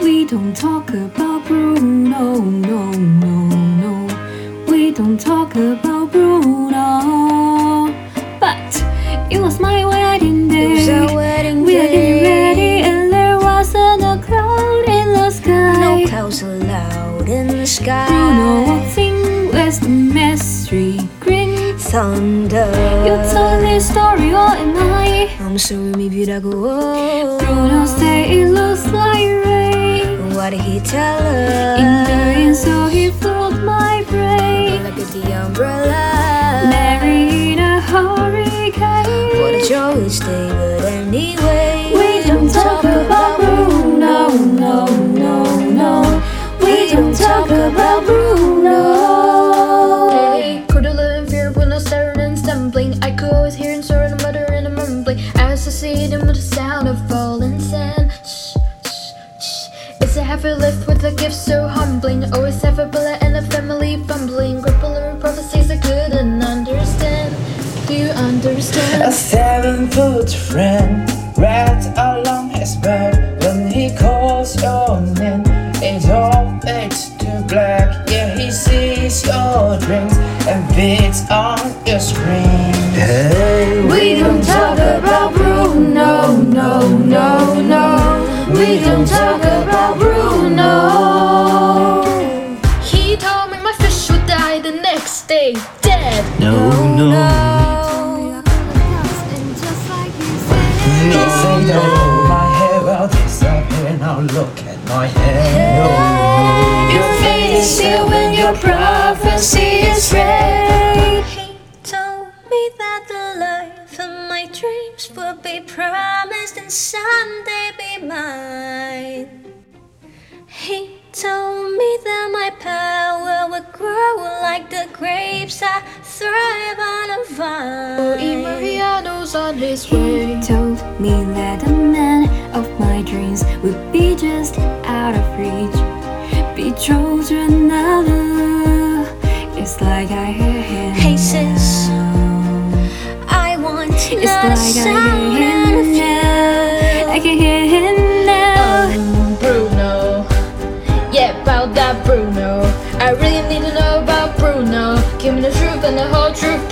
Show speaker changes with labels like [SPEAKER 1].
[SPEAKER 1] We don't talk about Bruno, no, no, no. We don't talk about Bruno. But it was my wedding day.
[SPEAKER 2] wedding
[SPEAKER 1] We are getting ready, and there wasn't a cloud in the sky.
[SPEAKER 2] No clouds allowed in the sky.
[SPEAKER 1] Bruno waltzing with the mystery grin.
[SPEAKER 2] Thunder.
[SPEAKER 1] You told this story all at night.
[SPEAKER 2] I'm sorry, maybe that go.
[SPEAKER 1] Bruno said it looks like rain.
[SPEAKER 2] What did he tell us?
[SPEAKER 1] In the end, so he float my brain.
[SPEAKER 2] Look at the umbrella.
[SPEAKER 1] Married a hurricane.
[SPEAKER 2] What a joyous day, but anyway.
[SPEAKER 1] We don't talk about Bruno, no, no, no. We don't talk about Bruno.
[SPEAKER 3] Hey, could have lived in fear when I started and stumbling. I could always hear and sort of mutter and a mumbling. I was associated with the sound of falling sand. Shh, shh, shh. It's a heavy lift with a gift so humbling. Always have a bullet and a family fumbling. Crippling prophecies I couldn't understand. Do you
[SPEAKER 4] A
[SPEAKER 3] understand?
[SPEAKER 4] seven foot friend right along his bed when he calls your name. It all fades to black. Yeah, he sees your dreams and beats on your screen. Hey,
[SPEAKER 1] We don't talk about Bruno, no, no, no. We don't talk about Bruno.
[SPEAKER 3] He told me my fish would die the next day. Dead.
[SPEAKER 5] No, no.
[SPEAKER 4] no, say that my hair will disappear. Now look at my hair.
[SPEAKER 1] Your face here when your prophecy is read.
[SPEAKER 2] He told me that the life of my dreams would be promised and someday be mine. He told me that my power would grow like the grapes that thrive on a
[SPEAKER 3] E.
[SPEAKER 2] vine.
[SPEAKER 3] Mariano's on his way.
[SPEAKER 1] Told me that the man of my dreams would be just out of reach. Betrothed to another, it's like I hear him.
[SPEAKER 2] Hey, sis.
[SPEAKER 1] now.
[SPEAKER 2] I want to
[SPEAKER 1] It's like I
[SPEAKER 2] sound
[SPEAKER 1] hear
[SPEAKER 2] of
[SPEAKER 1] him now. I
[SPEAKER 2] you.
[SPEAKER 1] can hear him now.
[SPEAKER 3] Um, Bruno. Yeah, about that Bruno. I really need to know about Bruno. Give me the truth and the whole truth,
[SPEAKER 2] Oh,